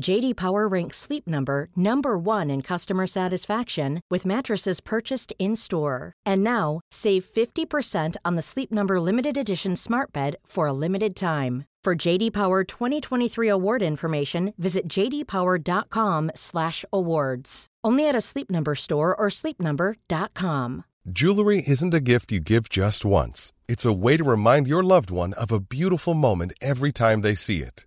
JD Power ranks Sleep Number number 1 in customer satisfaction with mattresses purchased in-store. And now, save 50% on the Sleep Number limited edition Smart Bed for a limited time. For JD Power 2023 award information, visit jdpower.com/awards. Only at a Sleep Number store or sleepnumber.com. Jewelry isn't a gift you give just once. It's a way to remind your loved one of a beautiful moment every time they see it.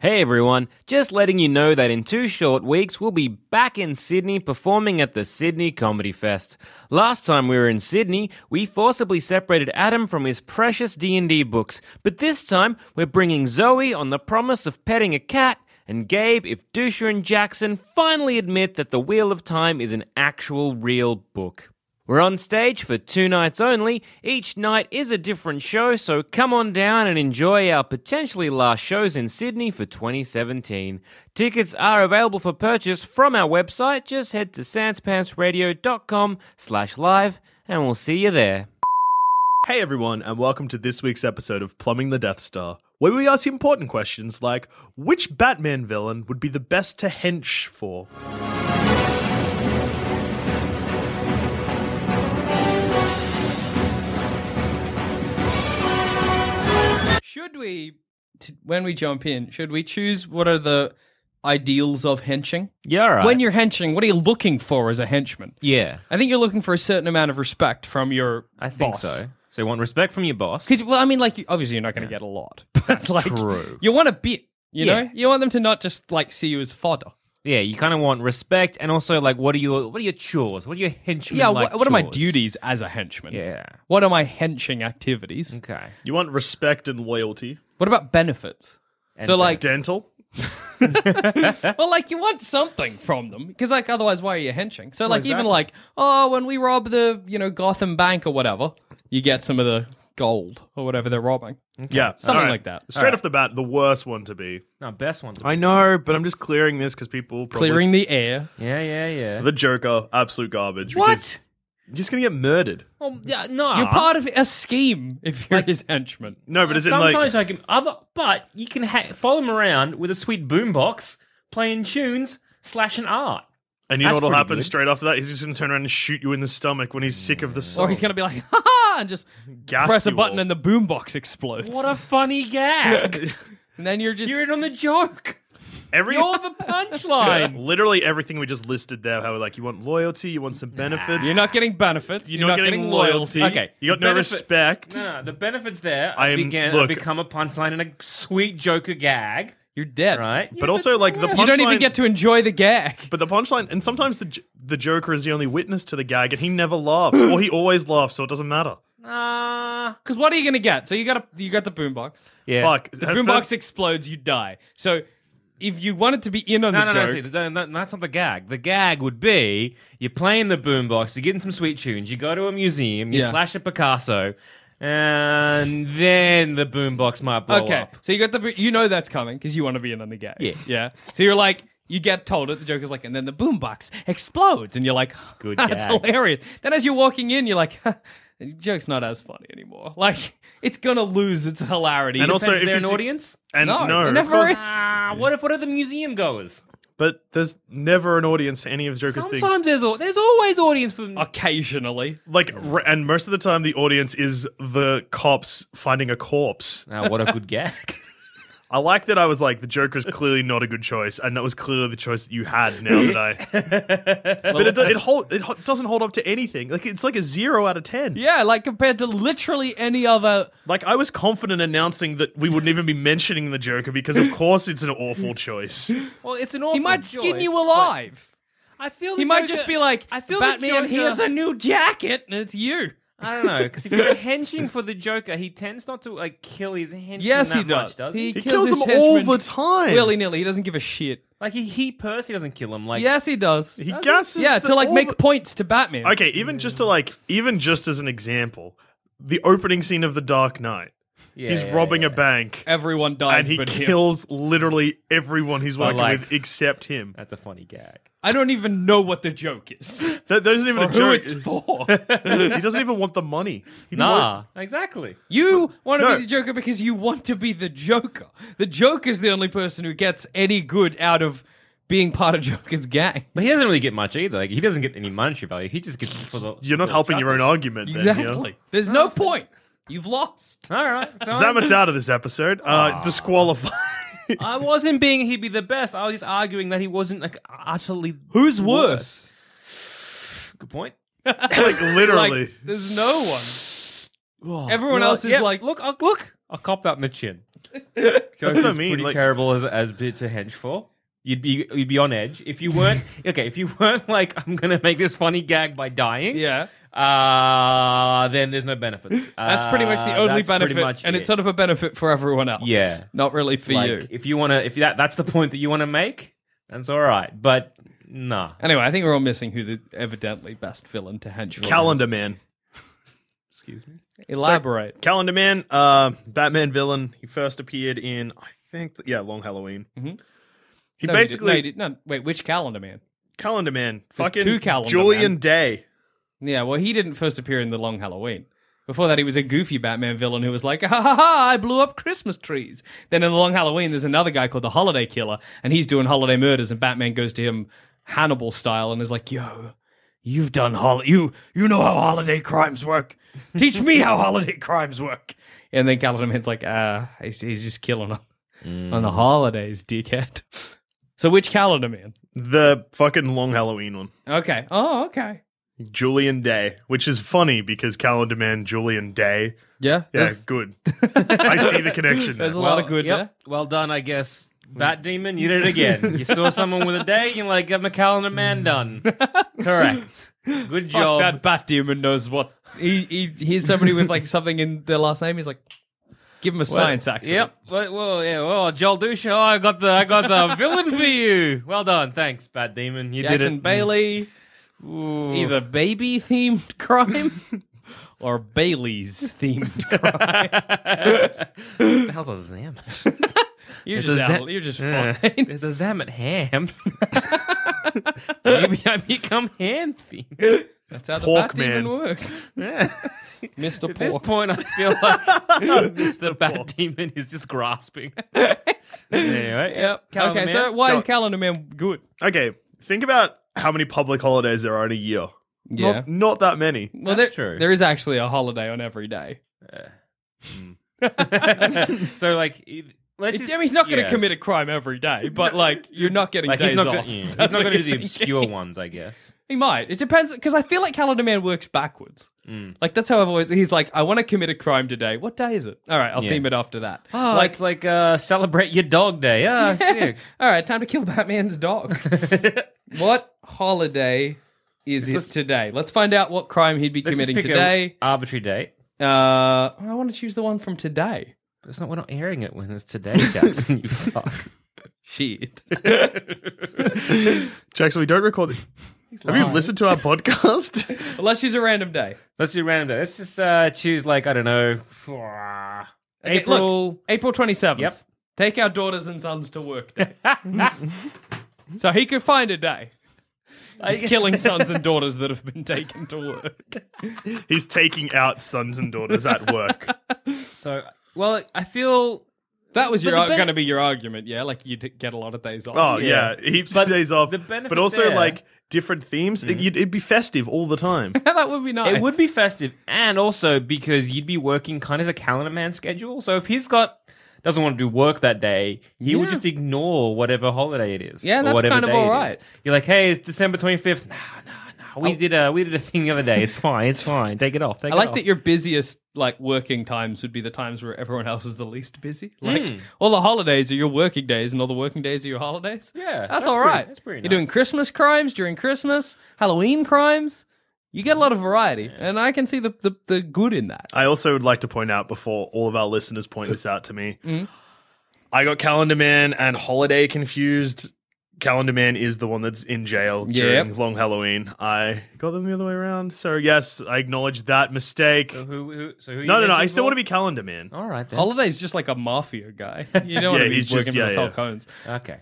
Hey everyone, just letting you know that in two short weeks we'll be back in Sydney performing at the Sydney Comedy Fest. Last time we were in Sydney, we forcibly separated Adam from his precious D&D books, but this time we're bringing Zoe on the promise of petting a cat and Gabe if Dusha and Jackson finally admit that The Wheel of Time is an actual real book. We're on stage for two nights only. Each night is a different show, so come on down and enjoy our potentially last shows in Sydney for 2017. Tickets are available for purchase from our website. Just head to sanspantsradio.com slash live and we'll see you there. Hey everyone, and welcome to this week's episode of Plumbing the Death Star, where we ask important questions like which Batman villain would be the best to hench for? Should we, t- when we jump in, should we choose what are the ideals of henching? Yeah, all right. When you're henching, what are you looking for as a henchman? yeah, I think you're looking for a certain amount of respect from your I think boss. so. So you want respect from your boss. Because, well, I mean, like, you- obviously you're not going to get a lot. But, like, true. You want a bit, you Yeah. know? You want them to not just, like, see you as fodder. Yeah, you kind of want respect, and also like, what are your what are your chores? What are your henchmen? yeah, like what, what are my chores? duties as a henchman? Yeah. What are my henching activities? Okay. You want respect and loyalty. What about benefits? so, like, Dental? well, like you want something from them because, like, otherwise, why are you henching? So, like, even exactly. like, oh, when we rob the you know Gotham Bank or whatever, you get some of the gold or whatever they're robbing. Yeah, Something all right. like that. Straight off the bat, the worst one to be. No, best one. I know, but I'm just clearing this because people probably Clearing the air. Yeah, yeah, yeah. the Joker absolute garbage. because what? You're just gonna get murdered. Well, yeah, no. You're part of a scheme if you're his henchman. No, but is it Sometimes like I can other, but you can ha- follow him around with a sweet boombox, playing tunes, slashing art. and you know That's what'll pretty happen good. straight after that? He's just gonna turn around and shoot you in the stomach when he's sick of the song. Or he's gonna be like, ha ha, and just Gas press a you button all. and the boombox explodes. What a funny gag! and then you're just You're in on the joke. every You're the punchline. literally everything we just listed there. How we're like, you want loyalty, you want some benefits. you're not getting benefits. You're, You're not, getting, loyalty. Okay, you got the no benefit- respect. No, no, the benefits there. I I am- began. look- I become a punchline and a sweet Joker gag. You're dead. Right, But also, like the punchline, You don't even get to enjoy the gag. But the punchline, and sometimes the J- the Joker is the only witness to the gag, and he never laughs, or he always laughs, so it doesn't matter. Ah, Because what are you gonna get? So you got a, you got the boombox. yeah. Fuck, The At boombox first- explodes, you die. So if you wanted to be in on No, the no, no, joke, see, th- th- that's not the gag. The gag would be you're playing the boombox, you're getting some sweet tunes, you go to a museum, you Yeah. slash a Picasso, and then the boombox might blow okay. up. So you got the bo- you know that's coming because you want to be in on the gag. Yeah. yeah. So you're like. You get told it. The joke is like, and then the boombox explodes, and you're like, Good "That's gag." hilarious." Then as you're walking in, you're like, "The joke's not as funny anymore. Like, it's gonna lose its hilarity." And Depends- also, Is if there you an see- audience? and no, no, it of never course- is. Ah, what if what are the museum goers? But there's never an audience to any of Joker's things. Sometimes there's al- there's always audience for occasionally, Like, r- and most of the time, the audience is the cops finding a corpse. Ah, what a good gag. I like that. I was like, the Joker is clearly not a good choice, and that was clearly the choice that you had. Now that I, but it, do- it hold it ho- doesn't hold up to anything. Like it's like a zero out of ten. yeah, like compared to literally any other Like I was confident announcing that we wouldn't even be mentioning the Joker because, of course, it's an awful choice. well, it's an awful He might skin choice, you but alive. I feel the He might Joker- just be like, I feel the Batman, Joker- here's a new jacket, and it's you. I don't know because if you're henching for the Joker, he tends not to like kill his henchman. Yes, that he much, does. does he, He kills, kills his them all henchmen the time. Willy nilly. He doesn't give a shit. Like he, he Percy doesn't kill him. Like Yes, he does. He gasses. yeah, the- to like all make the- points to Batman. Okay, even just to like, even just as an example, the opening scene of The Dark Knight. Yeah, he's yeah, robbing yeah. a bank, Everyone and dies, he but him. kills literally everyone he's working like- with except him. That's a funny gag. I don't even know what the joke is. That, that isn't even or a who joke. it's for. he doesn't even want the money. He Nah, exactly. you want to No. be the Joker because you want to be the Joker. The Joker's the only person who gets any good out of being part of Joker's gang. But he doesn't really get much either. Like he doesn't get any monetary value. He just gets it for the. You're not for the helping your own chuckles. argument. Then, Exactly. There's no point. You've lost. All right. yeah? fine. Zamet's out of this episode. Uh, disqualified. I wasn't being he'd be the best. I was just arguing that he wasn't like utterly. Who's worse? Good point. like literally. Like, there's no one. Everyone Well, else is yeah, like, look, uh, look. I cop that in the chin. That's what I mean, Pretty like- terrible as as bit to hench for. You'd be you'd be on edge if you weren't okay. If you weren't like I'm gonna make this funny gag by dying. yeah. Uh then there's no benefits. That's pretty much the Uh, only that's pretty benefit, much and it. it's sort of a benefit for everyone else. Yeah. not really for Like, you. If you want to, if that that's the point that you want to make, that's all right. But nah, Anyway, I think we're all missing who the evidently best villain to hench for is. Calendar Man. excuse me. Elaborate. Calendar Man, uh, Batman villain. He first appeared in, I think, yeah, Long Halloween. He No, basically did- no, Mm-hmm. he did- no, wait, which Calendar Man? Calendar Man, There's fucking two Calendar Julian Man. Day. Yeah, well, he didn't first appear in the Long Halloween. Before that, he was a goofy Batman villain who was like, ha ha ha, I blew up Christmas trees. Then in the Long Halloween, there's another guy called the Holiday Killer, and he's doing holiday murders, and Batman goes to him Hannibal style and is like, yo, you've done hol- you you know how holiday crimes work. Teach me how holiday crimes work. And then Calendar Man's like, uh, he's, he's just killing on, on the holidays, dickhead. So which Calendar Man? The fucking Long Halloween one. Okay. Oh, okay. Julian Day, which is funny because Calendar Man, Julian Day. Yeah. Yeah, good. I see the connection. There. There's a lot of good there. Well done, I guess. Bat demon, you did it again. you saw someone with a day, you're like, I'm a calendar man done. Correct. Good Fuck job. that bat demon knows what he, he hears somebody with like something in their last name. He's like, Give him a science accent. Yep. Well, well, yeah. Well, Joel Dusha, I got the I got the villain for you. Well done. Thanks, Bad Demon. You Jackson did it. Bailey, Ooh. either baby themed crime or Bailey's themed crime. What the hell's a zam? You're It's just a out, zam- you're just Yeah. fine. There's a zam at ham. Maybe I become ham themed. That's how the Pork bat demon man. worked. Yeah. Mr. At this Pork. point, I feel like Mr. Bad Demon is just grasping. anyway, Yep. Calendar okay, Man. so why is Don't- Calendar Man good? Okay, think about how many public holidays there are in a year. Yeah. Not, not that many. well, That's there, true. There is actually a holiday on every day. so like, e- let's just, I mean, he's not going to yeah. commit a crime every day, but like you're not getting Like days he's not off. gonna, yeah, he's That's not what gonna do you're the thinking. obscure ones, I guess. He might. It depends because I feel like Calendar Man works backwards. Mm. Like that's how I've always. He's like, I want to commit a crime today. What day is it? All right, I'll Yeah. theme it after that. Oh, like, it's like uh, celebrate your dog day. Ah, sick. All right, time to kill Batman's dog. what holiday is it just- today? Let's find out what crime he'd be Let's just committing pick a today. arbitrary date. Uh, I want to choose the one from today. It's not. We're not airing it when it's today, Jackson. you fuck. Shit. Jackson, we don't record. The- Have you listened to our podcast? Well, Let's choose a random day. Let's do random day. Let's just uh, choose like I don't know. Okay, April. look, April 27th. Yep. Take our daughters and sons to work day. so he could find a day. He's killing sons and daughters that have been taken to work. He's taking out sons and daughters at work. So well, I feel That was your But the ben- going to be your argument, yeah? Like you'd get a lot of days off. Oh yeah, heaps But of days off. the benefit but also there- like different themes. It- you'd- it'd be festive all the time. Mm-hmm. that would be nice. It would be festive, and also because you'd be working kind of a calendar man schedule. So if he's got doesn't want to do work that day, he would Yeah. just ignore whatever holiday it is. Yeah, or that's whatever kind of day it is. alright. You're like, hey, it's December twenty fifth. Nah, nah, nah. We did a we did a thing the other day. It's fine. It's fine. Take it off. Take I it like off. that your busiest like working times would be the times where everyone else is the least busy. Like Hmm. all the holidays are your working days, and all the working days are your holidays. Yeah, that's, that's all pretty- right. that's pretty You're doing nice. Christmas crimes during Christmas, Halloween crimes. You get a lot of variety, and I can see the, the the good in that. I also would like to point out before all of our listeners point this out to me, Mm-hmm. I got Calendar Man and Holiday confused. Calendar Man is the one that's in jail during Yep. Long Halloween. I got them the other way around. So yes, I acknowledge that mistake. So No, who, who, so who no, no. I still want to be Calendar Man. All right then. Holidays just like a mafia guy. You don't want to Yeah, be he's working just- for the yeah, yeah. Falcons. Okay.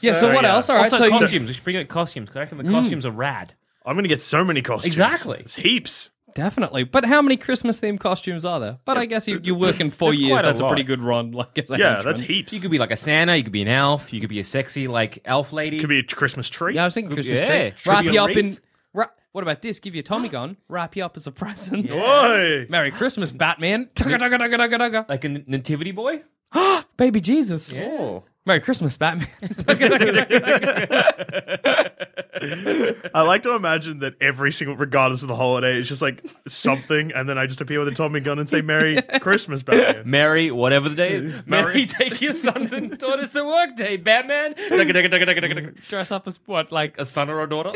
Yeah. So, what yeah. else? All right. also, so Mm. costumes. we should bring up costumes. 'cause I reckon the costumes are rad. I'm going to get so many costumes. Exactly. It's heaps. Definitely. But how many Christmas themed costumes are there? But I guess you, you work in four there's years. quite a That's a lot. pretty good run. Like as a Yeah, henchman. that's heaps. You could be like a Santa. You could be an elf. You could be a sexy like elf lady. Could be a Christmas tree. Yeah, I was thinking Christmas yeah. tree. Wrap Christmas you up wreath. in. Ra- what about this? Give you a Tommy gun. Wrap you up as a present. Oi! Merry Christmas, Batman. Tugga, tugga, tugga, tugga, tugga. like a n- nativity boy. Baby Jesus. Oh. Merry Christmas, Batman. I like to imagine that every single, regardless of the holiday, it's just like something, and then I just appear with a Tommy gun and say "Merry Christmas, Batman." Mary, whatever the day is. Mary, take your sons and daughters to work day, Batman. Dress up as what? Like a son or a daughter?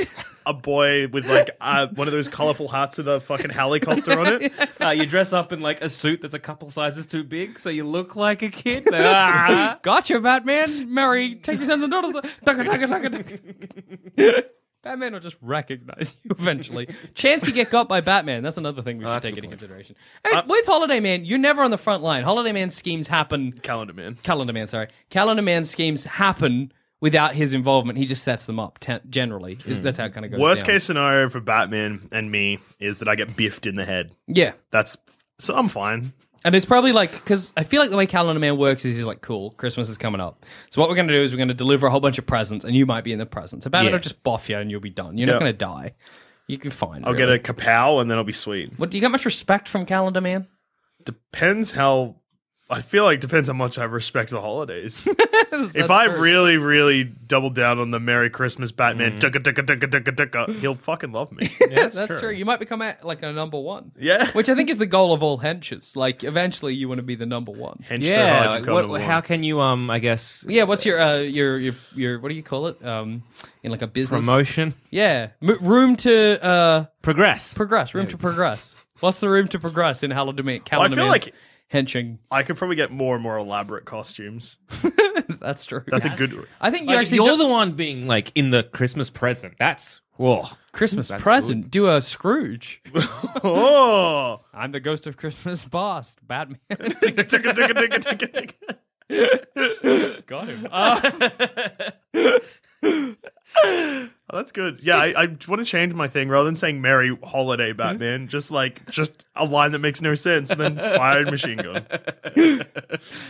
a boy with like uh, one of those colorful hats with a fucking helicopter on it. Uh, you dress up in like a suit that's a couple sizes too big, so you look like a kid. Ah. Gotcha, Batman. Merry. Take your sons and daughters. Tugga, tugga, tugga, tugga. Batman will just recognize you eventually. Chance you get got by Batman. That's another Oh, thing we should that's a take good into consideration. And Uh, with Holiday Man, you're never on the front line. Holiday Man schemes happen Calendar man. Calendar Man, sorry. Calendar Man schemes happen without his involvement. He just sets them up. Ten- generally, is that's how it kind of goes. Hmm. Worst down. case scenario for Batman and me is that I get biffed in the head. yeah. That's so I'm fine. And it's probably like because I feel like the way Calendar Man works is he's like, cool, Christmas is coming up. So what we're going to do is we're going to deliver a whole bunch of presents, and you might be in the presents. So Batman Yeah. will just boff you, and you'll be done. You're Yeah. not going to die. You can fine. I'll really. get a kapow and then I'll be sweet. What do you get much respect from Calendar Man? Depends how. I feel like depends how much I respect the holidays. if I really, really double down on the Merry Christmas Batman, ducka, ducka, ducka, ducka, ducka, he'll fucking love me. Mm. that's, true. You might become a, like a number one. Yeah. Which I think is the goal of all henches. Like eventually, you want to be the number one. Hench so hard yeah. you like, can't what- ignore. how can you, um, I guess, Yeah, what's your uh your your your what do you call it? Um in like a business promotion? Yeah, M- room to uh Progress. progress, room to progress. What's the room to progress in Halloween? Well, I feel like henching. I could probably get more and more elaborate costumes. That's true. That's a good. I think you Like, actually you're do- the one being like in the Christmas present. That's whoa. Christmas present. Do a Scrooge. Oh. I'm the ghost of Christmas past, Batman. Ticka, ticka, ticka, ticka, ticka. Got him. Uh, Oh, that's good. Yeah, I, I want to change my thing rather than saying "Merry Holiday, Batman." just like just a line that makes no sense, and then fired machine gun.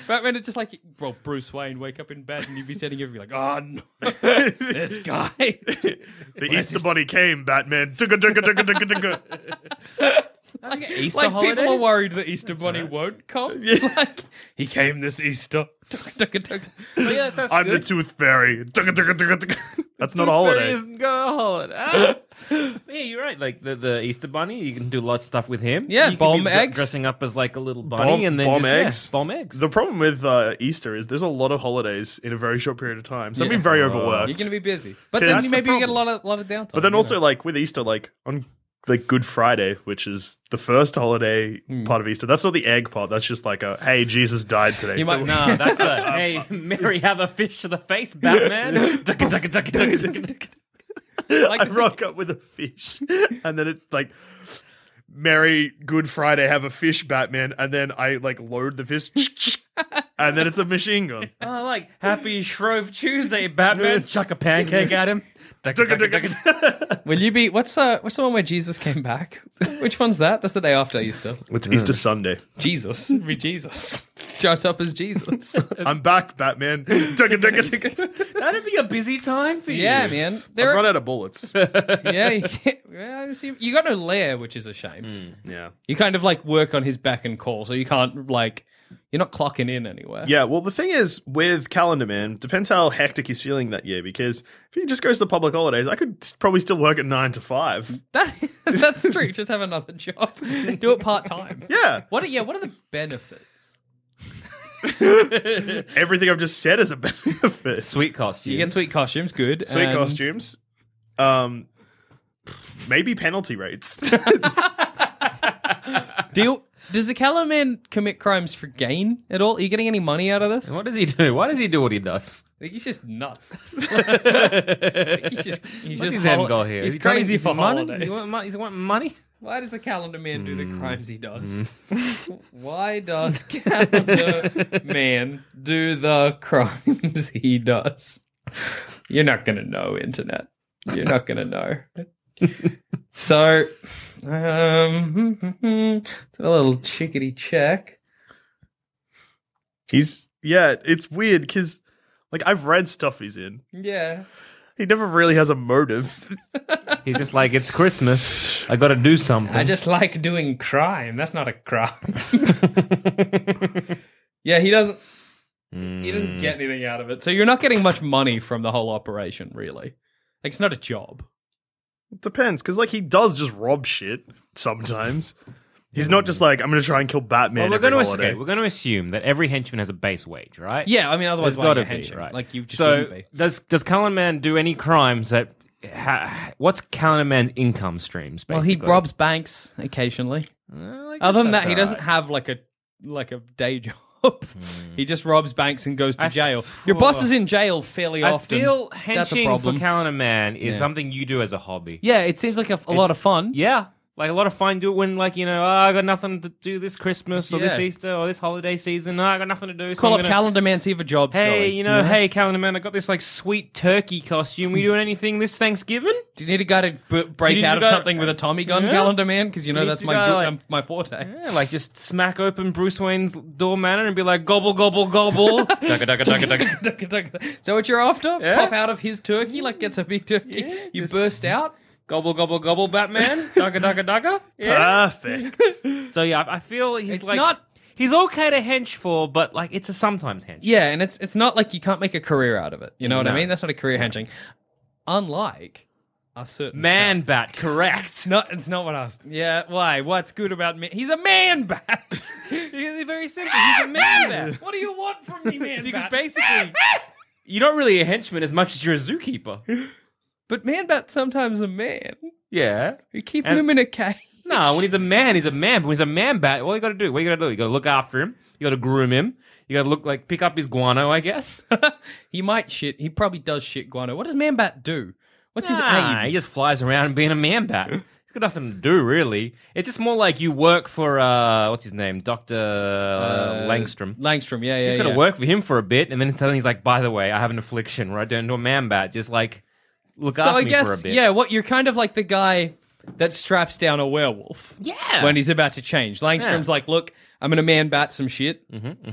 Batman is just like, well, Bruce Wayne, wake up in bed and you'd be sitting here and be like, oh, no, this guy. The Easter Bunny came, Batman. Ticka, ticka, ticka, ticka, ticka. like, Easter like people are holidays? worried that Easter Bunny won't come. Like, he came this Easter. I'm the Tooth Fairy. Ticka, ticka, ticka, ticka. That's not a holiday. Isn't going a holiday. Ah. yeah, you're right. Like the, the Easter bunny, you can do a lot of stuff with him. Yeah, you can bomb be dr- eggs. dressing up as like a little bunny, Bomb- and then bomb just, eggs. yeah, bomb eggs. The problem with uh, Easter is there's a lot of holidays in a very short period of time, so I'm being very overworked. You're going to be busy. But Yeah, then that's you the maybe you get a lot problem. of, lot of downtime. But then you also know. like with Easter, like on like Good Friday, which is the first holiday Hmm. part of Easter. That's not the egg part. That's just like a hey, Jesus died today. You so- might- Nah, that's a hey, Mary, have a fish to the face, Batman. Ducka, ducka, ducka, ducka, ducka, ducka. I rock up with a fish, and then it like. Merry Good Friday, have a fish, Batman, and then I like load the fish, and then it's a machine gun. oh, like Happy Shrove Tuesday, Batman. Chuck a pancake at him. Ducka, ducka, ducka, ducka. Will you be, what's, uh, what's the one where Jesus came back? Which one's that? That's the day after Easter. It's Mm. Easter Sunday. Jesus. Be Jesus. Dress up as Jesus. I'm back, Batman. That'd be a busy time for you. yeah, man. I've There run are, out of bullets. yeah, you, can't- well, I see- you got no lair, which is a shame. Mm. Yeah. You kind of like work on his beck and call, so you can't like you're not clocking in anywhere. Yeah, well, the thing is with Calendar Man, depends how hectic he's feeling that year. Because if he just goes to public holidays, I could s- probably still work at nine to five. That, that's true. Just have another job. Do it part time. Yeah, What? Are, yeah. What are the benefits? everything I've just said is a benefit. Sweet, Sweet costumes. You get sweet costumes. Good. and- costumes, um, maybe penalty rates. Do you, does the Calendar Man commit crimes for gain at all? Are you getting any money out of this? What does he do? Why does he do what he does? I think he's just nuts. he's just he's What's just his hol- end goal here? He's Is he trying- crazy is he for money? Does holidays. he want mon- Does he want money? Hmm. Why does the calendar man do the crimes he does? Why does calendar man do the crimes he does? You're not gonna know, internet. You're not gonna know. so, um, it's a little chickadee check. he's yeah, it's weird because like I've read stuff he's in. Yeah, He never really has a motive. He's just like, it's Christmas. I got to do something. I just like doing crime. That's not a crime. yeah, he doesn't. He doesn't Hmm. get anything out of it. So you're not getting much money from the whole operation, really. Like it's not a job. It depends because like he does just rob shit sometimes. He's not just like I'm gonna try and kill Batman. Well, we're every going to holiday. okay, we're going to assume that every henchman has a base wage, right? Yeah, I mean, otherwise, There's why are got you to be henching? right. Like you just so wouldn't be. does does Calendar Man do any crimes that? Ha, what's Calendar Man's income streams? Basically? Well, he robs banks occasionally. Well, I guess Other than that's that, he doesn't alright. Hmm. have like a like a day job. He just robs banks and goes to I f- jail. Your boss well, is in jail fairly I often. feel That's a henching for problem. Calendar Man is something you do as a hobby. yeah, it seems like a, a lot of fun. Yeah. Like a lot of fun do it when like, you know, oh, I got nothing to do this Christmas or this Yeah. Easter or this holiday season. Oh, I got nothing to do. So Call I'm up gonna- Calendar Man, see if a job's Hey, going. you know, hey Calendar Man, I got this like sweet turkey costume. We doing anything this Thanksgiving? do you need a guy to b- break need out a of guy- something with a Tommy gun, Yeah. Calendar Man? Because you know You need that's a my guy, bro- like- um, my forte. Yeah, like just smack open Bruce Wayne's door manner and be like gobble gobble gobble. Dugga, dugga, dugga, dugga. Is that what you're after? Pop out of his turkey, like gets a big turkey. you burst out. gobble gobble gobble Batman. Dugga dugga dugga. Yeah. Perfect. So yeah, I I feel he's It's like not- he's okay to hench for, but like it's a sometimes hench. Yeah, and it's it's not like you can't make a career out of it. You know what I No. mean? That's not a career henching. Unlike a certain Man bat, correct. No, it's not what I was. Yeah, why? What's good about me? He's a man bat. It's very simple. He's a man bat. what do you want from me, man Because bat? basically, you're not really a henchman as much as you're a zookeeper. but man bat sometimes a man. Yeah. You're keeping And- him in a cage. No, when he's a man, he's a man. But when he's a man bat, what you got to do? What you got to do? You got to look after him. You got to groom him. You got to look like pick up his guano, I guess. he might shit. He probably does shit guano. What does Man Bat do? What's his Nah, aim? he just flies around being a man bat. He's got nothing to do really. It's just more like you work for uh, what's his name, Doctor uh, Langstrom. Langstrom, yeah, yeah. He's got to yeah. work for him for a bit, and then suddenly he's like, "By the way, I have an affliction where I turn into a man bat. Just like look So after I me guess, for a bit." yeah, what you're kind of like the guy that straps down a werewolf. Yeah. When he's about to change, Langstrom's like, "Look, I'm gonna man bat some shit.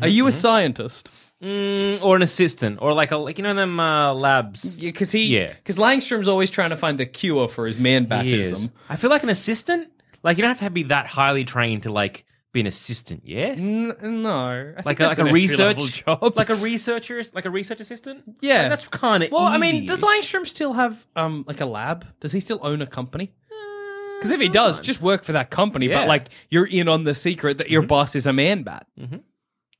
Are you a scientist?" Mm-hmm, Mm, or an assistant, or like a like you know them uh, labs. Because he, Yeah. because Langstrom's always trying to find the cure for his man He is. batism. I feel like an assistant. Like you don't have to be that highly trained to like be an assistant. Yeah. N- no, I Like think a, like that's a an entry-level research job. like a researcher, like a research assistant. Yeah, Like, that's kind of well. I mean, does Langstrom still have um like a lab? Does he still own a company? Because if he does, just work for that company. Uh, Yeah. Mm-hmm. But like, you're in on the secret that your boss is a man bat.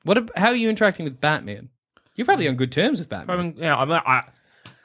What? ab- How are you interacting with Batman? You're probably on good terms with Batman. Mm-hmm. I mean, yeah, I'm like, I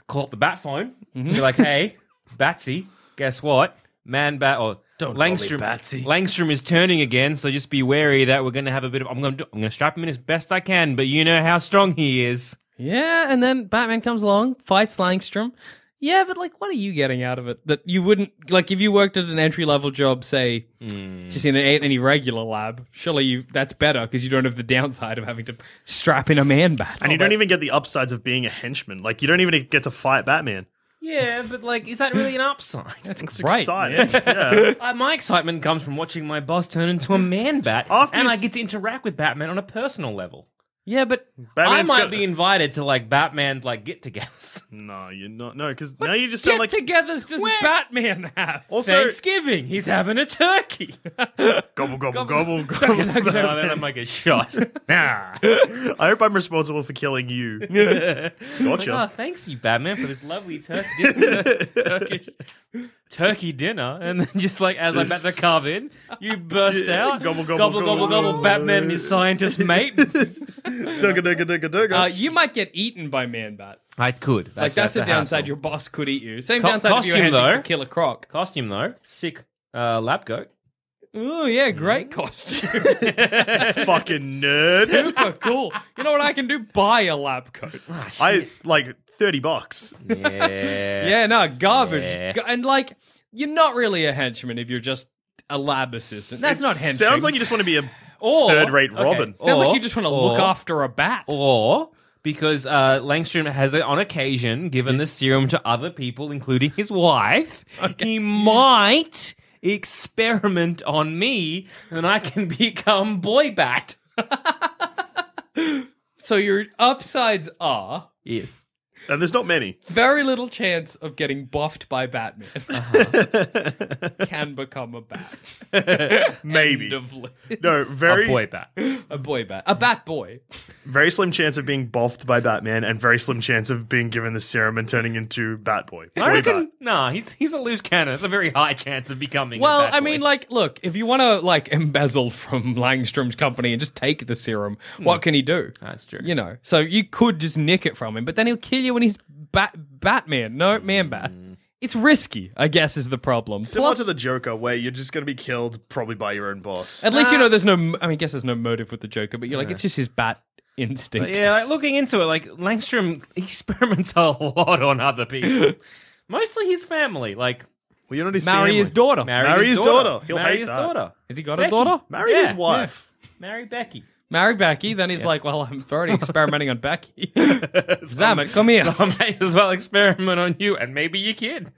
call up the bat phone. Be like, hey, Batsy, guess what? Man bat or Don't call me Langstrom. Batsy. Langstrom is turning again, so just be wary that we're going to have a bit of. I'm going to I'm going to strap him in as best I can, but you know how strong he is. Yeah, and then Batman comes along, fights Langstrom. Yeah, but like, what are you getting out of it that you wouldn't like if you worked at an entry level job, say, Hmm. just in an, any regular lab? Surely you that's better because you don't have the downside of having to strap in a man bat. Oh, And you don't even get the upsides of being a henchman. Like you don't even get to fight Batman. Yeah, but like, is that really an upside? That's It's great. exciting. Yeah. Uh, my excitement comes from watching my boss turn into a man bat, After and you I s- get to interact with Batman on a personal level. Yeah, but Batman's I might got- be invited to like Batman like get-togethers. No, you're not. No, because now you just get sound like togethers does Where- Batman have? Also- Thanksgiving, he's having a turkey. gobble gobble gobble gobble. Oh, No, then I might get shot. nah. I hope I'm responsible for killing you. Oh, Gotcha. thanks you, Batman, for this lovely turkey dinner, Turkish turkey dinner, and then just like as I'm about to carve in, you burst Yeah. out, Gobble, gobble, gobble, gobble, gobble, gobble, gobble. Batman and his scientist mate. Dugga dugga dugga dugga. Uh, you might get eaten by man bat. I could. That's, Like that's, a downside. hassle. Your boss could eat you. Same Co- downside if you're costume, hedging though. for Killer Croc. Costume though, sick uh, lab coat. Oh yeah, great costume. fucking nerd. Ah, Super cool. You know what I can do? Buy a lab coat. I like thirty bucks. Ah, Yeah. Yeah, no, garbage. Yeah. Go- And like, you're not really a henchman if you're just a lab assistant. That's not henchman. Sounds like you just want to be a Or- third-rate okay, Robin. Sounds Or- like you just want to look or- after a bat. Or because uh, Langstrom has, on occasion, given the serum to other people, including his wife, he might experiment on me and I can become Boy Bat. so your upsides are Yes. and there's not many. very little chance of getting buffed by Batman. Can become a bat. Uh-huh. Maybe. End of list. No, very A Boy Bat. a boy bat, a bat boy. very slim chance of being boffed by Batman, and very slim chance of being given the serum and turning into Batboy. I Boy reckon, Bat. nah, he's, he's a loose cannon. It's a very high chance of becoming a Well, Bat I mean, Boy. like, look, if you want to like embezzle from Langstrom's company and just take the serum, what can he do? Hmm. That's true. You know, so you could just nick it from him, but then he'll kill you when he's bat Batman. No, man bat. Hmm. It's risky, I guess, is the problem. Similar Plus, to the Joker, where you're just going to be killed probably by your own boss. at least you know there's no. I mean, I guess there's no motive with the Joker, but you're like, it's just his bat instincts. Yeah, like looking into it, like Langstrom experiments a lot on other people. Mostly his family, like Well, you're not his marry family. his daughter. marry, Marry his his daughter. daughter. He'll marry hate his that. daughter. Has he got a Becky. daughter? Marry his Oh, Yeah, wife. Marry Becky. Marry Becky. Then he's like, well, I'm already experimenting on Becky. Zamet, come here. I might as well experiment on you and maybe your kid.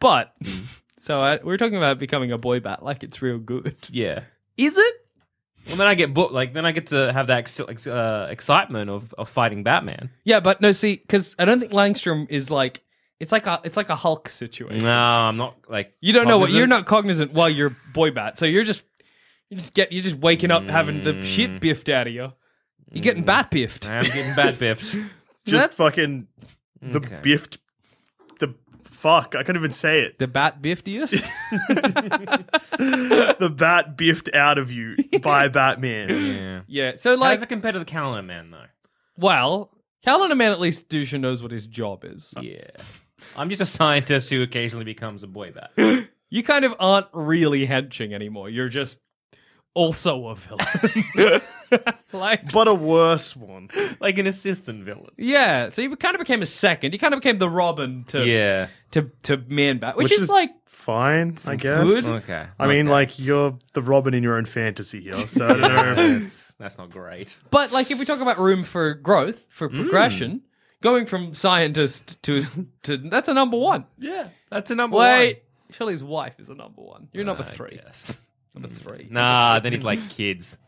But Mm-hmm. so uh, we were talking about becoming a boy bat, like it's real good. Yeah. Is it? Well, then I get booked. Like then I get to have that ex- ex- uh, excitement of, of fighting Batman. Yeah, but no, see, because I don't think Langstrom is like it's like a it's like a Hulk situation. No, Uh, I'm not like You don't know what you're cognizant. not cognizant while you're boy bat, so you're just you just get you're just waking up having the shit biffed out of you. You're getting bat biffed. Mm. I'm getting bat biffed. Just That's- fucking the Okay. biffed. The fuck. I can't even say it. The bat biftiest. The bat biffed out of you by Batman. Yeah. yeah. So Like, How does it like, compare to the Calendar Man though? well, Calendar Man at least Dusha knows what his job is. Yeah. I'm just a scientist who occasionally becomes a boy bat. You kind of aren't really henching anymore. You're just also a villain. like but a worse one. like an assistant villain. yeah, so you kind of became a second. You kind of became the Robin to Yeah. to to Man Bat, which, is, like fine, I guess. good. Okay. I mean, like you're the Robin in your own fantasy here, so I don't know. that's, that's not great. But like, if we talk about room for growth, for Mm. progression, going from scientist to to that's a number one. Yeah. That's a number Uh, Wait, Shelley's wife is a number one. You're number I three. guess. Mm. Number three. Nah, Uh, then he's like kids.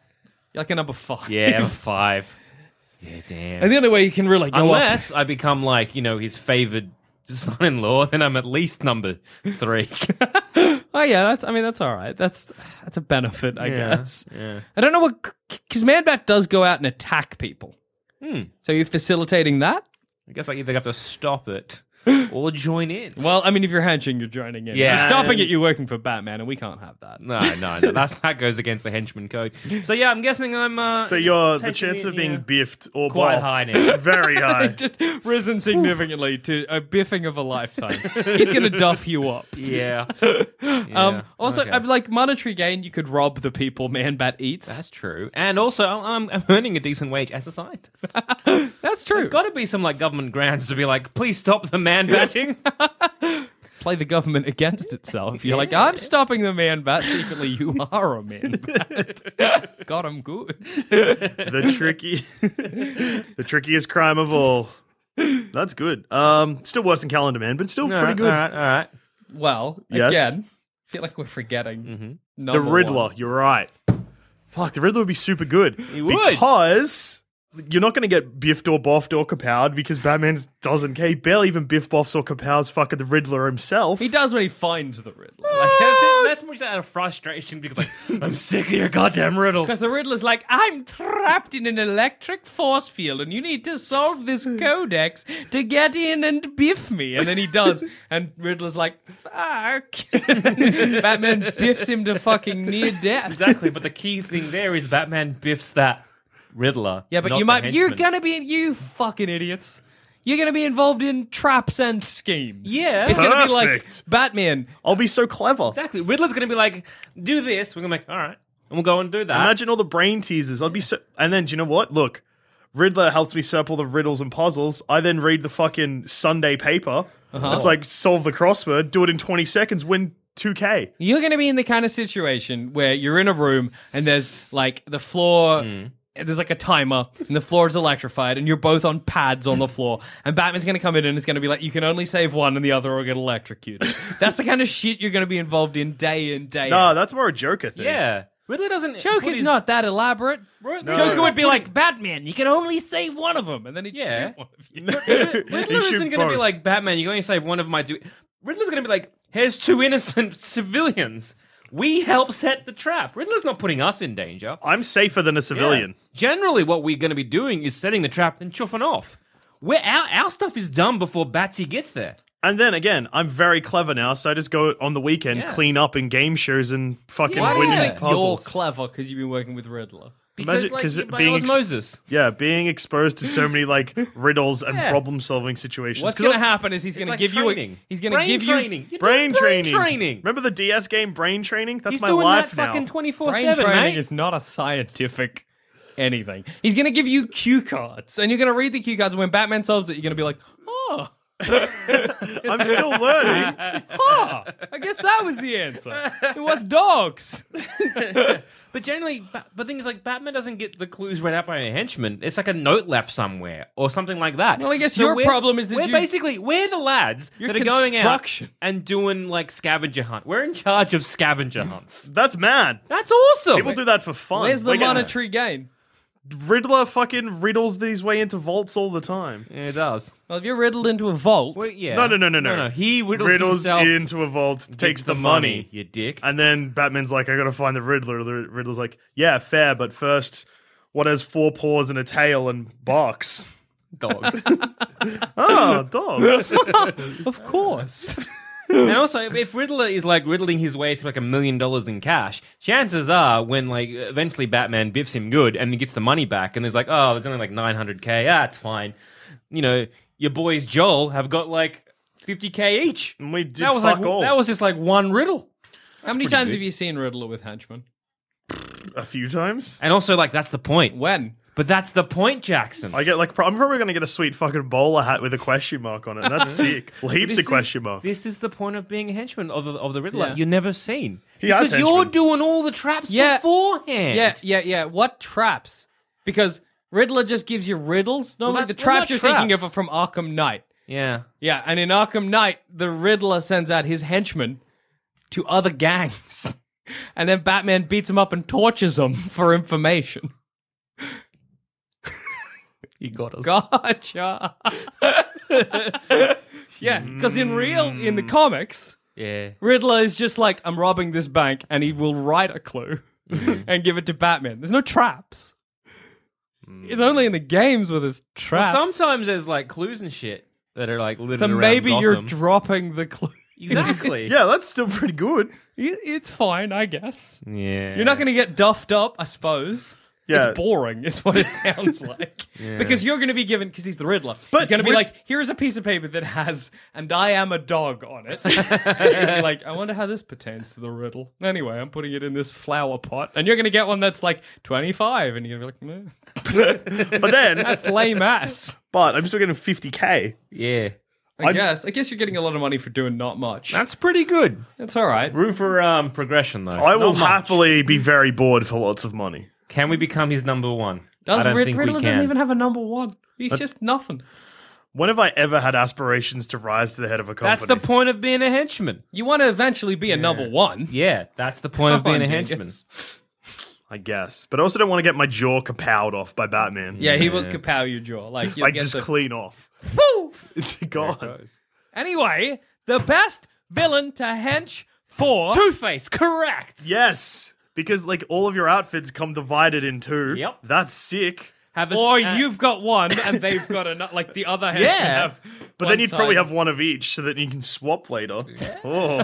You're like a number five. Yeah, five. Yeah, damn. And the only way you can really go up. Unless I become like, you know, his favored son in law, then I'm at least number three. Oh yeah, that's. I mean, that's all right. That's that's a benefit, I Yeah, guess. yeah. I don't know what because Man Bat does go out and attack people. Hmm. So you're facilitating that. I guess I either have to stop it or join in. Well, I mean, if you're henching, you're joining in. If Yeah. you're stopping it. You're working for Batman, and we can't have that. No, no, no. That's that goes against the henchman code. So yeah, I'm guessing I'm. Uh, so your the taking chance it of being here. biffed or Quite boffed, high now. very high. just risen significantly to a biffing of a lifetime. He's gonna duff you up. yeah. Um, Yeah, also, okay. I'm like monetary gain, you could rob the people Man Bat eats. That's true. And also, I'm, I'm earning a decent wage as a scientist. That's true. There's got to be some like government grants to be like, please stop the man batting. play the government against itself. You're like, I'm stopping the man bat. Secretly, you are a man bat. God, I'm good. the tricky, the trickiest crime of all. That's good. Um, still worse than Calendar Man, but still pretty good. All right, all right. Well, Yes. again, I feel like we're forgetting The number Riddler, one. you're right. Fuck, the Riddler would be super good. He would. Because you're not going to get biffed or boffed or kapowed because Batman's doesn't care. He barely even biff boffs or kapows fucking the Riddler himself. He does when he finds the Riddler. Like, that's Ah! more just out of frustration because like I'm sick of your goddamn riddle. Because the Riddler's like, I'm trapped in an electric force field, and you need to solve this codex to get in and biff me. And then he does, and Riddler's like, fuck. Batman biffs him to fucking near death. Exactly, but the key thing there is Batman biffs that Riddler. Yeah, but not you the might. You're henchman. gonna be you fucking idiots. You're gonna be involved in traps and schemes. Yeah. it's gonna be like Perfect. Batman. I'll be so clever. Exactly. Riddler's gonna be like, do this. We're gonna be like, all right, and we'll go and do that. Imagine all the brain teasers. I'd be so. And then, do you know what? Look, Riddler helps me solve all the riddles and puzzles. I then read the fucking Sunday paper. Uh-huh. That's like solve the crossword, do it in 20 seconds, win 2K. You're gonna be in the kind of situation where you're in a room and there's like the floor. Mm. There's like a timer, and the floor is electrified, and you're both on pads on the floor. And Batman's gonna come in, and it's gonna be like you can only save one, and the other will get electrocuted. That's the kind of shit you're gonna be involved in day in day. Nah, out. that's more a Joker thing. yeah. Riddler doesn't. Joke put is his- not that elaborate. No. Joker would be like, Batman, you can only save one of them. And then he'd Yeah. shoot one of you. Riddler shoot isn't gonna be both. like Batman. You're gonna save one of my. Du- Riddler's gonna be like, here's two innocent civilians. We help set the trap. Riddler's not putting us in danger. I'm safer than a civilian. Yeah. Generally, what we're going to be doing is setting the trap and chuffing off. We're, our, our stuff is done before Batsy gets there. And then again, I'm very clever now, so I just go on the weekend, Yeah. clean up in game shows, and fucking Why do win you Like, think you're puzzles. clever because you've been working with Riddler. Because, Imagine- like, 'cause you- it by being ex- osmosis. yeah, being exposed to so many like riddles and Yeah. problem solving situations. What's 'Cause going to I'll- happen is he's It's going like to give training. you. A, he's going to Brain give training. you. You're Brain, doing training. training. Remember the DS game Brain Training? That's He's my doing life that now. fucking 24 Brain 7, training mate. is not a scientific anything. He's going to give you cue cards, and you're going to read the cue cards. And when Batman solves it, you're going to be like, oh, I'm still learning. oh, I guess that was the answer. It was dogs. But generally, Ba- but the thing is, like, Batman doesn't get the clues read out by a henchman. It's like a note left somewhere or something like that. Well, I guess your we're- problem is that we're you- basically we're the lads You're that are going out construction. and doing like scavenger hunt. We're in charge of scavenger hunts. That's mad. That's awesome. People do that for fun. Where's the Like, uh, monetary gain? Riddler fucking riddles these way into vaults all the time. Yeah, it does. Well, if you're riddled into a vault, Well, yeah. No, no, no, no, no. He riddles, Riddles himself, into a vault, takes the, money. You dick. And then Batman's like, I gotta find the Riddler. The Riddler's like, yeah, fair, but first, what has four paws and a tail and barks? dog. Oh, dogs. Ah! of course. and also, if- if Riddler is like riddling his way through like a million dollars in cash, chances are when like eventually Batman biffs him good and he gets the money back, and there's like, oh, there's only like 900k. Ah, it's fine. You know, your boys Joel have got like 50k each. And we did that was fuck like all. that was just like one riddle. How many times have you seen Riddler with Henchman? a few times. And also like that's the point. When? But that's the point, Jackson. I get like pro- I'm probably gonna get a sweet fucking bowler hat with a question mark on it. That's sick. Well, heaps This of is- question marks. This is the point of being a henchman of the, of the Riddler. Yeah. You're never seen. He has because you're henchmen. doing all the traps Yeah. beforehand. Yeah, yeah, yeah. What traps? Because Riddler just gives you riddles. Normally, that- the they're traps not you're thinking of traps. are from Arkham Knight. Yeah. Yeah, and in Arkham Knight, the Riddler sends out his henchmen to other gangs, and then Batman beats them up and tortures them for information. You got us. Gotcha. yeah, because in real, in the comics, Yeah. Riddler is just like, I'm robbing this bank, and he will write a clue Mm-hmm. and give it to Batman. There's no traps. It's only in the games where there's traps. sometimes there's like clues and shit that are like littered so around maybe you're Gotham. dropping the clue. exactly. yeah, that's still pretty good. It- It's fine, I guess. Yeah. You're not going to get duffed up, I suppose. Yeah. It's boring, is what it sounds like. Because you're going to be given, because he's the Riddler. But he's going to be we're- like, here is a piece of paper that has, and I am a dog on it. And you're gonna be like, I wonder how this pertains to the riddle. Anyway, I'm putting it in this flower pot, and you're going to get one that's like 25, and you're going to be like, "Meh, But then, that's lame ass. but I'm still getting 50k. Yeah. I guess. I guess you're getting a lot of money for doing not much. That's pretty good. That's all right. Room for um, progression, though. I will Not much. happily be very bored for lots of money. Can we become his number one? I Does don't Rid- think Riddler we can. doesn't even have a number one. He's just nothing. When have I ever had aspirations to rise to the head of a company? that's the point of being a henchman. You want to eventually be a number one. Yeah, that's the point of Come Oh, being a on, henchman. dingus. I guess. But I also don't want to get my jaw kapowed off by Batman. Yeah, he will kapow your jaw. Like, you'll like get just the- clean off. Woo! It's gone. Anyway, the best villain to hench for. Two Face, correct. Yes, because like all of your outfits come divided in two. Yep. That's sick. Have a Or s- uh, you've got one and they've got another. Like, the other hench. Yeah. Have But one then you'd probably side. have one of each so that you can swap later. Oh,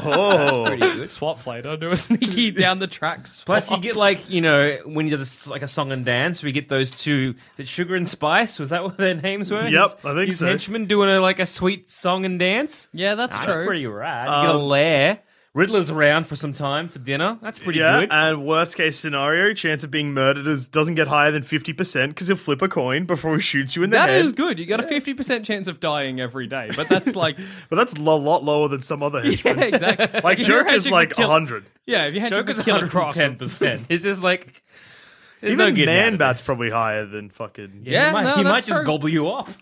oh. Swap plate. I'll do a sneaky down the tracks. Plus, you get like you know when he does a s like a song and dance, we get those two. Is it Sugar and Spice? Was that what their names were? Yep, His- I think his so. henchmen doing a, like a sweet song and dance. Yeah, that's that's true. pretty rad. You get a lair. Riddler's around for some time for dinner. That's pretty yeah, good. and worst case scenario, chance of being murdered is doesn't get higher than fifty percent because he'll flip a coin before he shoots you in the That head. is good. You got a 50% chance of dying every day. But that's like. But that's a lot lower than some other henchmen. yeah, exactly. Like If you're Joker's henching like a kill- hundred. Yeah, if you hench Joker's a killer croc. 110%. It's just like. there's no Even getting out Man of Bat's this. probably higher than fucking. Yeah, he might, no, he might that's just true. gobble you off.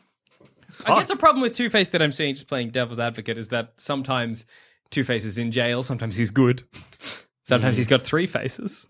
I guess the problem with Two Face that I'm seeing, just playing devil's advocate, is that sometimes Two Face is in jail, sometimes he's good, sometimes Hmm. he's got three faces.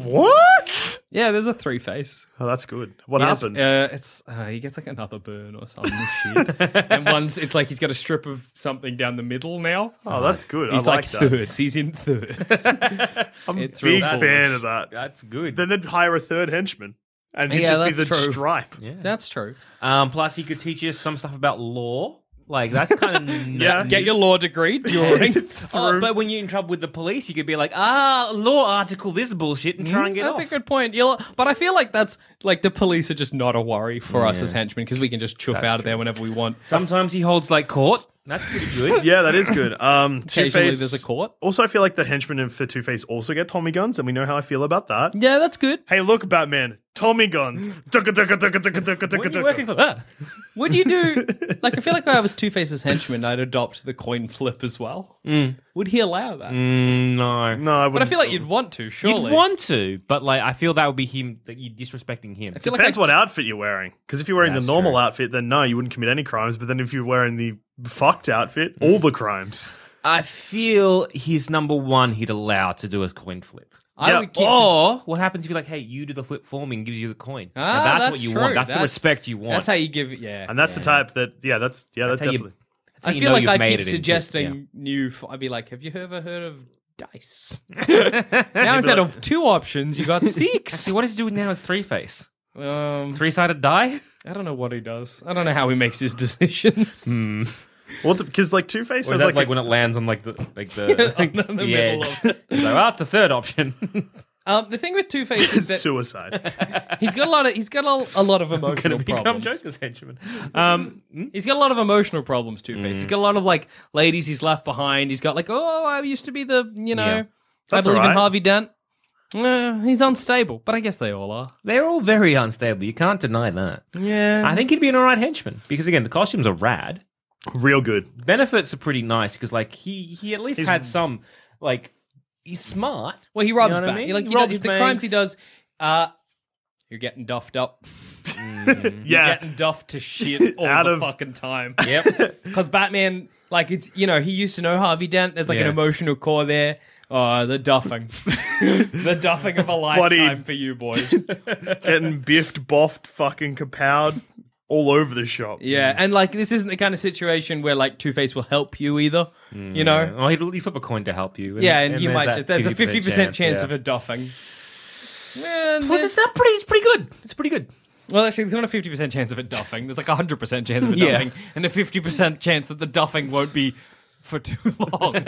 What? Yeah, there's a three face. Oh, that's good. What He has- happens? Uh, it's uh, he gets like another burn or some shit, and once it's like he's got a strip of something down the middle now. oh, that's good. He's I like, like, that. thirds. He's in thirds. I'm a It's big real- fan of that. That's good. Then they'd hire a third henchman, and he'd Yeah, just be that's the true. stripe. That's true. Um, plus, he could teach you some stuff about law. Like that's kind of Yeah. Get your law degree during. Oh, but when you're in trouble with the police, you could be like, ah, law article this bullshit and try and get that's off. a good point. You'll, but I feel like that's like the police are just not a worry for us as henchmen because we can just chuff out of there whenever we want. Sometimes he holds like court. That's pretty good. Yeah, that is good. Um, Two Occasionally Face. there's a court. Also, I feel like the henchmen in- for Two Face also get Tommy guns, and we know how I feel about that. Yeah, that's good. Hey, look, Batman, Tommy guns. Ducka, ducka, ducka, ducka, ducka, What are ducka, you working ducka. for? Ah. Would you do like I feel like if I was Two Face's henchman, I'd adopt the coin flip as well. Would he allow that? Mm, No, I no. But I wouldn't. feel like you'd want to, surely. You'd want to, but like I feel that would be him that you're disrespecting him. I feel Depends like what outfit you're wearing. Because if you're wearing the normal outfit, then no, you wouldn't commit any crimes. But then if you're wearing the fucked outfit, all the crimes. I feel he's number one he'd allow to do a coin flip. I, I Yeah. would Ah, keep Or what happens if you're like, hey, you do the flip for me and gives you the coin? Ah, Now, that's, that's what you true. want. That's, the respect you want. That's how you give it yeah. And that's the type that, yeah, that's yeah, that's, That's how you- definitely. That's how I you feel know like you've I'd made it keep into- suggesting yeah. new f- I'd be like, have you ever heard of dice? now instead of two options, you got six. See, what does he do now is three face? um Three sided die? I don't know what he does. I don't know how he makes his decisions. Well, because like Two Face Or has is that like, like, a- when it lands on like the like the, on the middle yeah. of- So, well, that's the third option. Um, the thing with Two Face is that Suicide. he's got a lot of he's got a, a lot of emotional Become problems. Joker's henchman. Mm. Um, he's got a lot of emotional problems, Two Face. He's got a lot of like ladies he's left behind. He's got like, oh, I used to be the, you know, Yeah. I That's believe all in right. Harvey Dent. Uh, he's unstable, but I guess they all are. They're all very unstable. You can't deny that. Yeah, I think he'd be an alright henchman because again, the costumes are rad. Real good. Benefits are pretty nice because like he he at least He's- had some like he's smart. Well, he robs You know what I banks. mean? He, like, He he does- robs the crimes banks. he does. Uh, you're getting duffed up. Mm. Yeah. Getting duffed to shit all Out the of- fucking time. Yep. Because Batman, like, it's you know he used to know Harvey Dent. There's like an Yeah. emotional core there. Oh, the duffing, the duffing of a Bloody- lifetime for you boys. Getting biffed, boffed, fucking kapowed all over the shop. yeah, and like this isn't the kind of situation where like Two Face will help you either. You know, Oh, he'd, he'd flip a coin to help you. and- yeah, and, and you there's might that just there's a fifty percent chance yeah. of a duffing. Man, Well, it's not pretty. It's pretty good. It's pretty good. Well, actually, there's not a fifty percent chance of it duffing. There's like a hundred percent chance of it Yeah. duffing, and a fifty percent chance that the duffing won't be for too long.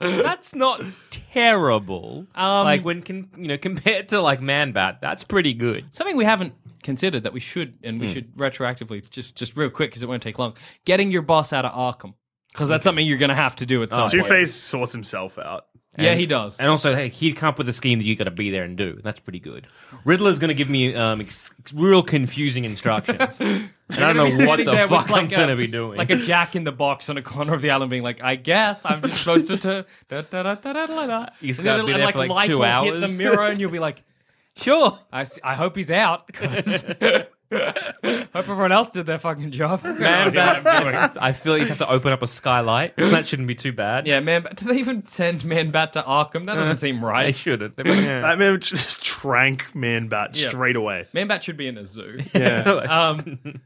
That's not terrible. Um, like when can you know compared to like Man Bat, that's pretty good. Hmm. Something we haven't considered that we should, and we should retroactively just just real quick because it won't take long. Getting your boss out of Arkham because that's something you're going to have to do at some Two point. Face sorts himself out. Yeah, And- he does. And also, hey, he'd come up with a scheme that you got to be there and do. That's pretty good. Riddler's going to give me um, ex- real confusing instructions, and I don't know what Sitting the there with fuck I'm a- going to be doing. Like a jack in the box on a corner of the island, being like, "I guess I'm just supposed to." to da, da, da, da, da, da, da. He's And gotta then be it'll- there and, for, like, lights two will hit hours. the mirror, and you'll be like, sure. I, s- I hope he's out. 'cause- hope everyone else did their fucking job. Man Bat, I feel like you have to open up a skylight. That shouldn't be too bad. yeah, man. Bat- Do they even send Man Bat to Arkham? That Uh. doesn't seem They right. shouldn't. They- yeah. Batman just trank Man Bat Yeah. straight away. Man Bat should be in a zoo. Yeah. Um,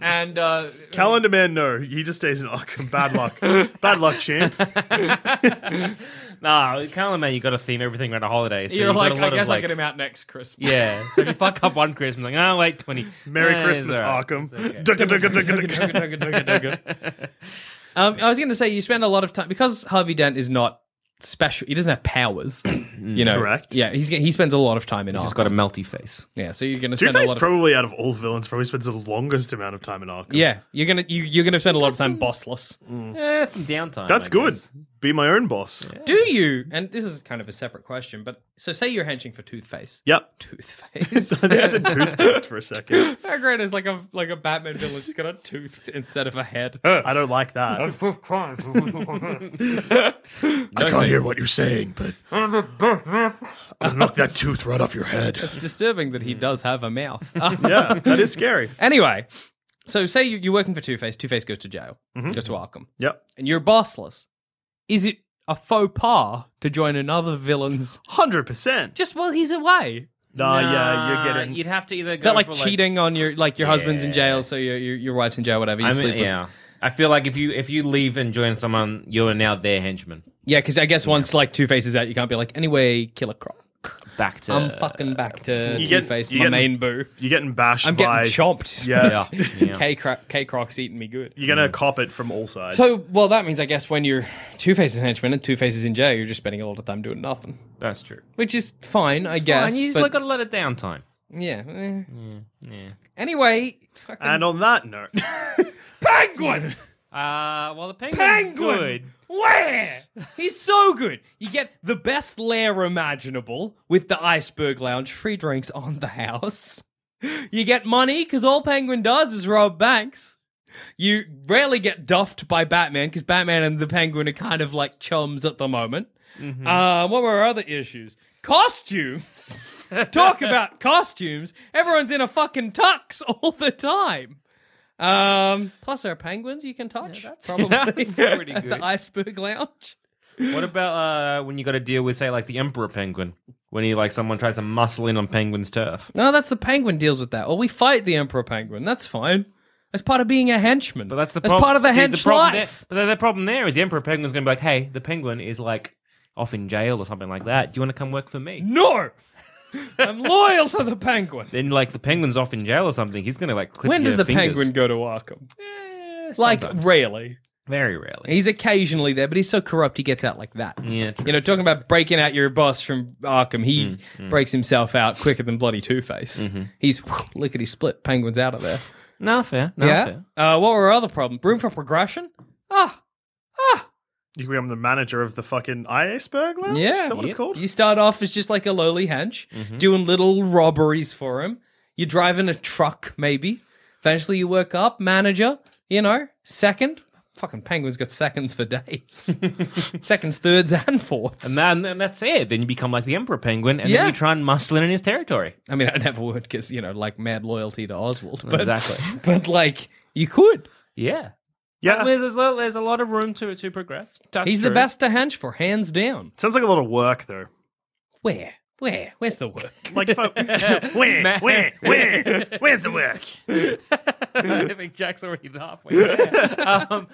and uh, Calendar Man, no. He just stays in Arkham. Bad luck. Bad luck, champ. Nah, Calendar Man, you got to theme everything around a holiday. So you're you've like, got a lot I guess of, I'll like, get him out next Christmas. Yeah. So if you fuck up one Christmas, like, oh, wait, 20. Merry Eh, it's Christmas, all right. Arkham. It's okay. Dugga, dugga, dugga, Dugga, dugga. dugga, dugga, dugga, dugga. um, I was going to say you spend a lot of time because Harvey Dent is not special. He doesn't have powers. you know, Correct. Yeah, he's he spends a lot of time in He's Arkham. got a melty face. yeah, so you're going to Two spend a Face lot of probably out of all villains probably spends the longest amount of time in Arkham. yeah. You're gonna you, you're gonna spend a lot of time bossless. Mm. Yeah, some downtime. That's I good. guess. Be my own boss. Do you? And this is kind of a separate question, but so say you're henching for Toothface. Yep. Toothface. That's a toothpaste for a second. How great is like a like a Batman villain just got a tooth instead of a head. I don't like that. I can't hear what you're saying, but I'll knock that tooth right off your head. It's disturbing that he does have a mouth. yeah, that is scary. Anyway, so say you- you're working for Two Face. Two Face goes to jail, goes to Arkham, Yep. and you're bossless. Is it a faux pas to join another villain's Hundred percent. just while he's away? Nah, yeah, you're getting You'd have to either go Is that like for, cheating on your like your husband's in jail, so your your, your wife's in jail, whatever? You I sleep mean, with. yeah. I feel like if you if you leave and join someone, you're now their henchman. yeah, because I guess once like Two Face is out, you can't be like anyway, Killer Croc. Back to I'm fucking back to You Two get- Face, you my get- main boo. you're getting bashed I'm by getting chomped. Yeah. Yeah. Yeah. K K Croc's eating me good. You're gonna cop it from all sides. So, well, that means I guess when you're Two Face's henchman and Two Face's in jail, you're just spending a lot of time doing nothing, That's true. which is fine, I guess. and you just but- like got a lot of downtime. yeah, eh. Anyway, fucking Mm, and on that note, penguin. Uh, well, the penguin's Penguin! good. Where he's so good, you get the best lair imaginable with the iceberg lounge, free drinks on the house. You get money because all Penguin does is rob banks. You rarely get duffed by Batman because Batman and the Penguin are kind of like chums at the moment. Uh, what were our other issues? Costumes. Talk about costumes. Everyone's in a fucking tux all the time. Um, plus, there are penguins you can touch. probably that's pretty at good. the Iceberg Lounge. What about uh, when you got to deal with, say, like the Emperor Penguin? When he like someone tries to muscle in on Penguin's turf. No, that's the penguin deals with that. Or we fight the Emperor Penguin. That's fine. That's part of being a henchman. But that's the that's prob- part of a See, the hench problem life. There, but the, the problem there is the Emperor Penguin's going to be like, hey, the Penguin is like off in jail or something like that. Do you want to come work for me? No, I'm loyal to the penguin. Then like the Penguin's off in jail or something, he's going to like clip When your does the fingers. penguin go to Arkham? Eh, Like sometimes. rarely. Very rarely. He's occasionally there, but he's so corrupt he gets out like that. Yeah, true. Mm, You know, talking about breaking out your boss from Arkham, he breaks himself out quicker than bloody Two Face. He's lickety split penguins out of there. Mm-hmm. No, fair. No, yeah. fair. Uh, what were our other problem? Room for progression? Ah, ah. You become the manager of the fucking Iceberg Lounge? Yeah. Oh, Is that what it's called? You start off as just like a lowly hench, Mm-hmm. doing little robberies for him. You're driving a truck, maybe. Eventually, you work up, manager, you know, second. Fucking penguins got seconds for days. Seconds, thirds, and fourths. And, then, and that's it. Then you become like the Emperor Penguin, and Yeah. then you try and muscle in in his territory. I mean, I never would because, you know, like mad loyalty to Oswald. But, Exactly. But, like, you could. Yeah. Yeah. There's, there's, a, there's a lot of room to, to progress. That's He's the true. best to hench for, hands down. Sounds like a lot of work, though. Where? Where? Where's the work? Like, if I, where, where, where, where's the work? I think Jack's already halfway. there. um,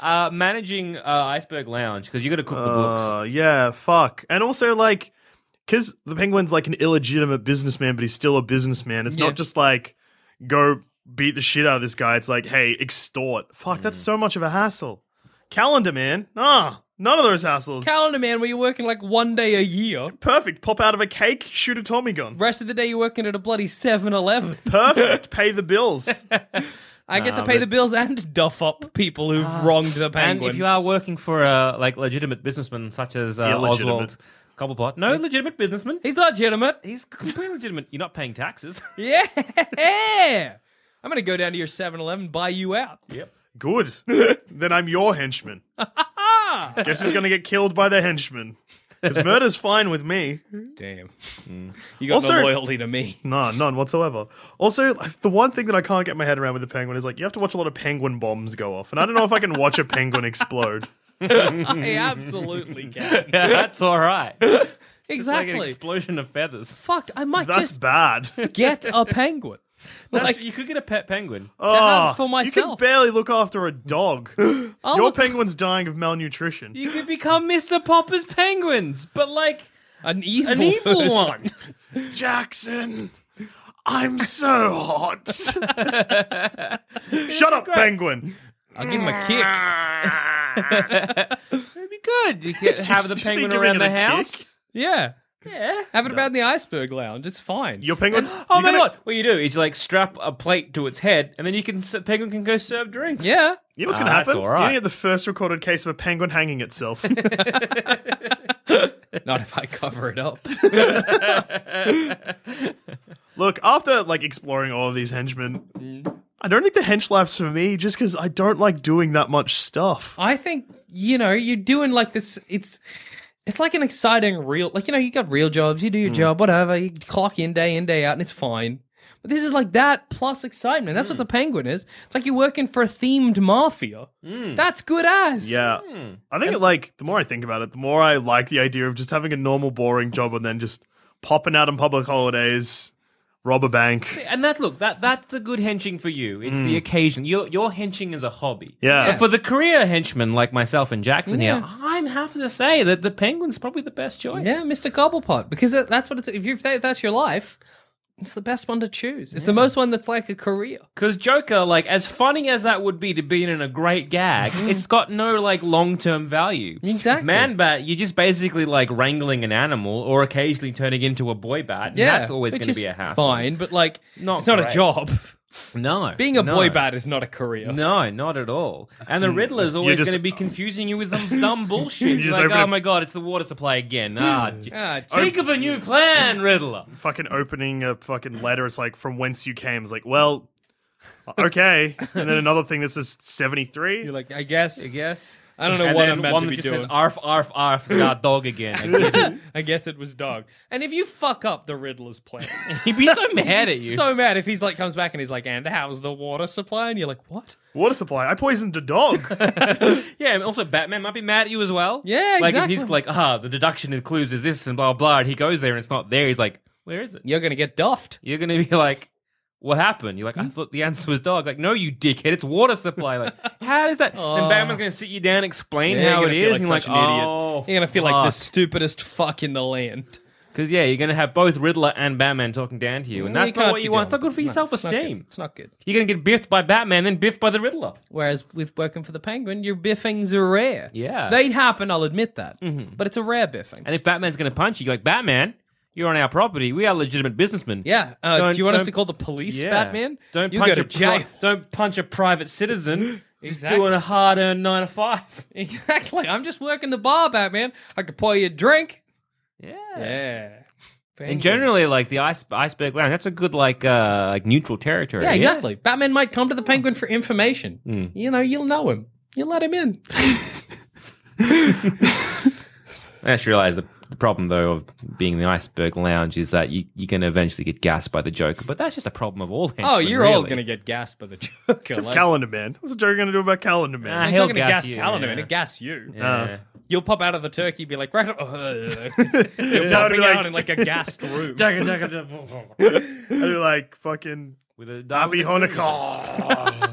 uh, managing uh, Iceberg Lounge because you got to cook the books. Uh, yeah, fuck. And also, like, because the penguin's like an illegitimate businessman, but he's still a businessman. It's Yeah. not just like, go beat the shit out of this guy. It's like, hey, extort. Fuck, Mm. that's so much of a hassle. Calendar, man. Ah, none of those hassles. Calendar man, where you're working like one day a year. Perfect. Pop out of a cake, shoot a Tommy gun. Rest of the day you're working at a bloody 7-Eleven. Perfect. Pay the bills. I get to pay the bills and duff up people who've wronged the Ah. And penguin. if you are working for a like legitimate businessman such as uh, Oswald Illegitimate. Cobblepot, no legitimate businessman. He's legitimate. He's completely legitimate. You're not paying taxes. Yeah. I'm going to go down to your 7-Eleven, buy you out. Good. then I'm your henchman. Guess who's gonna get killed by the henchman? Because murder's fine with me. Damn. Mm. You got no Also- loyalty to me. Nah, none whatsoever. Also, the one thing that I can't get my head around with the penguin is like you have to watch a lot of penguin bombs go off, and I don't know if I can watch a penguin explode. I absolutely can. Yeah, that's all right. Like Exactly. an explosion of feathers. Fuck, I might That's just bad. get a penguin. Like you could get a pet penguin. Ah, for You can myself. barely look after a dog. Your look- penguin's dying of malnutrition. You could become Mr. Popper's penguins, but like An evil, an evil one. Jackson, I'm so hot. Shut up, penguin. I'll give him a kick. It'd be good. You could have the Did you see penguin giving around it the a kick? house. Yeah. Yeah. Have it about in the iceberg lounge. It's fine. Your penguin's. Oh you're my gonna- god! What you do is you like strap a plate to its head, and then you can s- penguin can go serve drinks. yeah. You know what's Ah, going to that's happen? all You're right. going to get the first recorded case of a penguin hanging itself. Not if I cover it up. Look, after like exploring all of these henchmen, I don't think the hench life's for me just because I don't like doing that much stuff. I think you know you're doing like this. It's it's like an exciting real like you know you got real jobs. You do Hmm. your job, whatever. You clock in day in day out, and it's fine. But this is like that plus excitement. That's Hmm. what the penguin is. It's like you're working for a themed mafia. Hmm. That's good ass. Yeah. I think like the more I think about it, the more I like the idea of just having a normal, boring job and then just popping out on public holidays, rob a bank. And that look that that's the good henching for you. It's the occasion. Your your henching is a hobby. Yeah. But for the career henchmen like myself and Jackson Yeah. here, I'm happy to say that the penguin's probably the best choice. Yeah, Mr. Cobblepot, because that- that's what it's. If, you, if that- if that's your life, it's the best one to choose. It's the most one that's like a career. Because Joker, like as funny as that would be to be in a great gag, Mm. it's got no like long term value. Exactly. Man bat, you're just basically like wrangling an animal or occasionally turning into a boy bat. and Yeah, That's always which going to is be a hassle. Fine, but like, Not it's not a great. job. No. Being a no. boy bat is not a career. No, not at all. And the Riddler's always just- going to be confusing you with them dumb bullshit. You're just like, open oh a- my god, it's the water supply again. Ah, j- Ah, think of a new plan, Riddler. Fucking opening a fucking letter, it's like from whence you came. It's like, well, okay. and then another thing that says 73. You're like, I guess. I guess. I don't know And what then I'm meant one to that be just doing. Says, arf, arf, arf. Got dog again. I get it. I guess it was dog. And if you fuck up the Riddler's plan, He'd be so mad at he's you. so mad if he's like comes back and he's like, "And how's the water supply?" And you're like, "What?" Water supply. I poisoned a dog. Yeah, and also Batman might be mad at you as well. Yeah, like if he's exactly. like, ah, the deduction includes is this and blah blah, and he goes there and it's not there. He's like, where is it? You're gonna get duffed. You're gonna be like, what happened? You're like, I thought the answer was dog. Like, no, you dickhead, it's water supply. Like, how does that? Oh. And Batman's gonna sit you down, and explain Yeah, how you're it gonna is, feel like and you're like, such an idiot. oh, You're gonna feel fuck. like the stupidest fuck in the land. Because yeah, you're going to have both Riddler and Batman talking down to you, and No, that's you not can't what you be want. It's not doing good for your No, it's not self-esteem. good. It's not good. You're going to get biffed by Batman, then biffed by the Riddler. Whereas with working for the Penguin, your biffings are rare. Yeah. Mm-hmm. They happen, I'll admit that. But it's a rare biffing. And if Batman's going to punch you, you're like Batman, you're on our property. We are legitimate businessmen. yeah. Uh, Don't- do you want us don't- to call the police, Yeah. Batman? Don't you punch go a to jail. pri- don't punch a private citizen. Just Exactly. doing a hard-earned nine to five. exactly. I'm just working the bar, Batman. I could pour you a drink. Yeah. Yeah. Penguin. And generally, like the ice, iceberg lounge, that's a good like uh like neutral territory. Yeah, exactly. Batman might come to the Penguin for information. Mm. You know, you'll know him. You let him in. I just realized the the problem though of being in the iceberg lounge is that you, you're going to eventually get gassed by the Joker, but that's just a problem of all. oh, henchmen, you're all really. going to get gassed by the Joker. Except like- Calendar Man. What's the Joker going to do about Calendar Man? Ah, He's he'll not going to gas gas you, Calendar, man. yeah. It gas you. Yeah. You'll pop out of the turkey, be like, right, uh, you're No, it'd be popping like- out in like a gassed room. And they're like fucking With a Darby Honoka.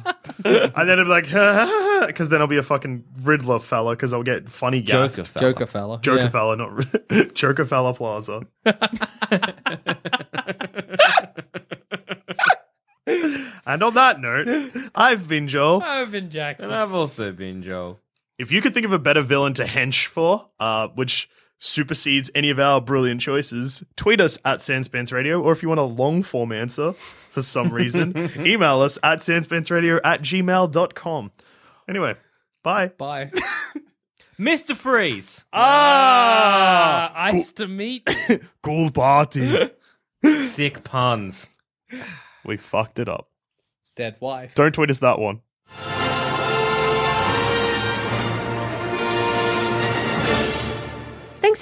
and then I'm like, because then I'll be a fucking Riddler fella because I'll get funny gassed. Joker, fella. Joker Joker fella, fella. not Rid- Joker fella Plaza. and on that note, I've been Joel. Irvin Jackson. And I've also been Joel. If you could think of a better villain to hench for, uh, which supersedes any of our brilliant choices, tweet us at Sanspence Radio, or if you want a long form answer for some reason, email us at sanspanceradio at gmail.com. Anyway, bye. Bye. Mr. Freeze. Ah! Uh, ice to meet. Cool party. Sick puns. we fucked it up. Dead wife. Don't tweet us that one. Thanks